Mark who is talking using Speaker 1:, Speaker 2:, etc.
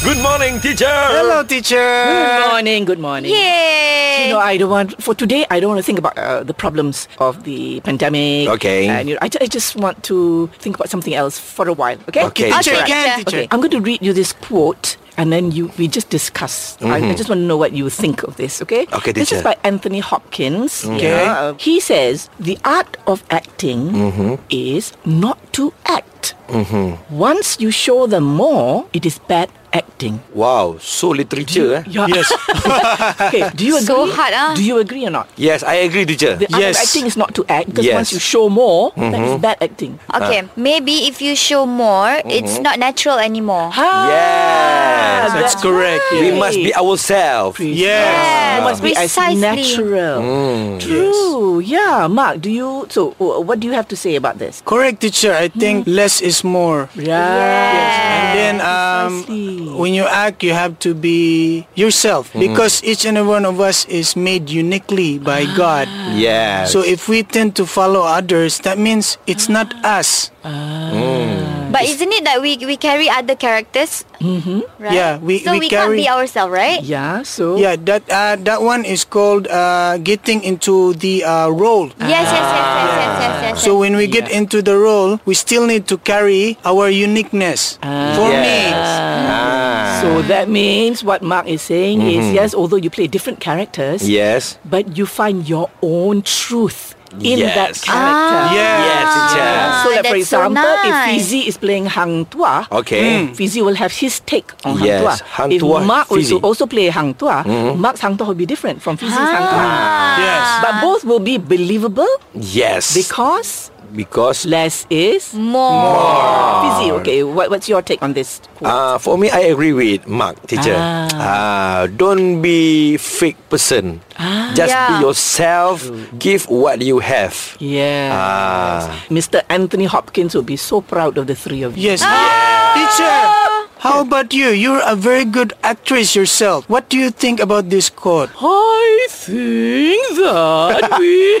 Speaker 1: Good morning, teacher.
Speaker 2: Hello, teacher.
Speaker 3: Good morning, good morning. You
Speaker 4: Yay!
Speaker 3: know, I don't want for today. I don't want to think about uh, the problems of the pandemic.
Speaker 2: Okay.
Speaker 3: and you know, I, ju- I just want to think about something else for a while. Okay.
Speaker 4: Okay,
Speaker 2: Okay, teacher.
Speaker 4: teacher.
Speaker 2: Again, teacher.
Speaker 3: Okay, I'm going to read you this quote and then you we just discuss. I, I just want to know what you think of this, okay?
Speaker 2: Mm-hmm. Okay,
Speaker 3: This is
Speaker 2: teacher.
Speaker 3: by Anthony Hopkins.
Speaker 2: Okay.
Speaker 3: Yeah. He says, the art of acting
Speaker 2: Mm-hmm.
Speaker 3: is not to act. Once you show them more, it is bad acting.
Speaker 2: Wow, so literature. Eh?
Speaker 3: Yeah. Yes. okay, do you agree?
Speaker 4: So hard, ah.
Speaker 3: Do you agree or not?
Speaker 2: Yes, I agree, teacher.
Speaker 3: The art
Speaker 1: Yes.
Speaker 3: of acting is not to act because
Speaker 2: Yes. Mm-hmm.
Speaker 3: once you show more, that is bad acting.
Speaker 4: Okay, maybe if you show more, it's not natural anymore.
Speaker 3: Ah,
Speaker 2: Yes,
Speaker 1: That's correct.
Speaker 2: We must be ourselves.
Speaker 1: Yes.
Speaker 3: You must be as
Speaker 4: Precisely.
Speaker 3: natural.
Speaker 2: Mm.
Speaker 3: True. Yeah, Mark. Do you? So, wh- what do you have to say about this?
Speaker 1: Correct, teacher. I think less is more.
Speaker 3: Mm. Yeah.
Speaker 1: And then um,
Speaker 3: Precisely. Mm.
Speaker 1: when you act, you have to be yourself because each and every one of us is made uniquely by
Speaker 3: Ah.
Speaker 1: God.
Speaker 2: Yes.
Speaker 1: So if we tend to follow others, that means it's not
Speaker 3: Ah.
Speaker 1: us.
Speaker 4: But isn't it that we, we carry other characters? Mm-hmm. Right?
Speaker 1: Yeah, we-
Speaker 4: so
Speaker 1: we
Speaker 4: we, can't
Speaker 1: carry-
Speaker 4: be ourselves, right?
Speaker 3: Yeah. So.
Speaker 1: Yeah, that uh, that one is called uh, getting into the uh, role.
Speaker 4: Yes, yes, yes, yes, yes, yes, yes.
Speaker 1: So when we get
Speaker 3: Ah. Yeah.
Speaker 1: into the role, we still need to carry our uniqueness.
Speaker 3: Ah.
Speaker 1: For me,
Speaker 2: Ah.
Speaker 3: So that means what Mark is saying is
Speaker 2: Mm-hmm.
Speaker 3: yes, although you play different characters,
Speaker 2: Yes.
Speaker 3: but you find your own truth in that
Speaker 2: Yes.
Speaker 3: character.
Speaker 1: Yes.
Speaker 2: Yes, teacher.
Speaker 4: Ah,
Speaker 3: So, like for
Speaker 4: that's so
Speaker 3: example,
Speaker 4: nice.
Speaker 3: if Fizi is playing Hang Tua,
Speaker 2: Okay. Mm.
Speaker 3: Fizi will have his take on Hang
Speaker 2: Yes,
Speaker 3: Tua.
Speaker 2: Hang
Speaker 3: if
Speaker 2: Tuah, Mm-hmm.
Speaker 3: Mark
Speaker 2: Fizi.
Speaker 3: also, also play Hang Tua, Mark's Hang Tua will be different from Fizi's Hang
Speaker 4: Ah.
Speaker 3: Tua.
Speaker 1: yes.
Speaker 3: But both will be believable
Speaker 2: Yes.
Speaker 3: because
Speaker 2: because
Speaker 3: less is
Speaker 4: More.
Speaker 2: Ah.
Speaker 3: Fizi. Okay, what, what's your take on this? quote?
Speaker 2: Uh, for me, I agree with Mark, teacher. Ah. don't be fake person.
Speaker 3: Ah.
Speaker 2: Just be
Speaker 4: Yeah.
Speaker 2: yourself. Give what you have.
Speaker 3: yeah.
Speaker 2: Ah.
Speaker 3: Mr. Anthony Hopkins will be so proud of the three of you. Ah!
Speaker 1: yes. Teacher, how about you? You're a very good actress yourself. What do you think about this quote?
Speaker 3: I think that we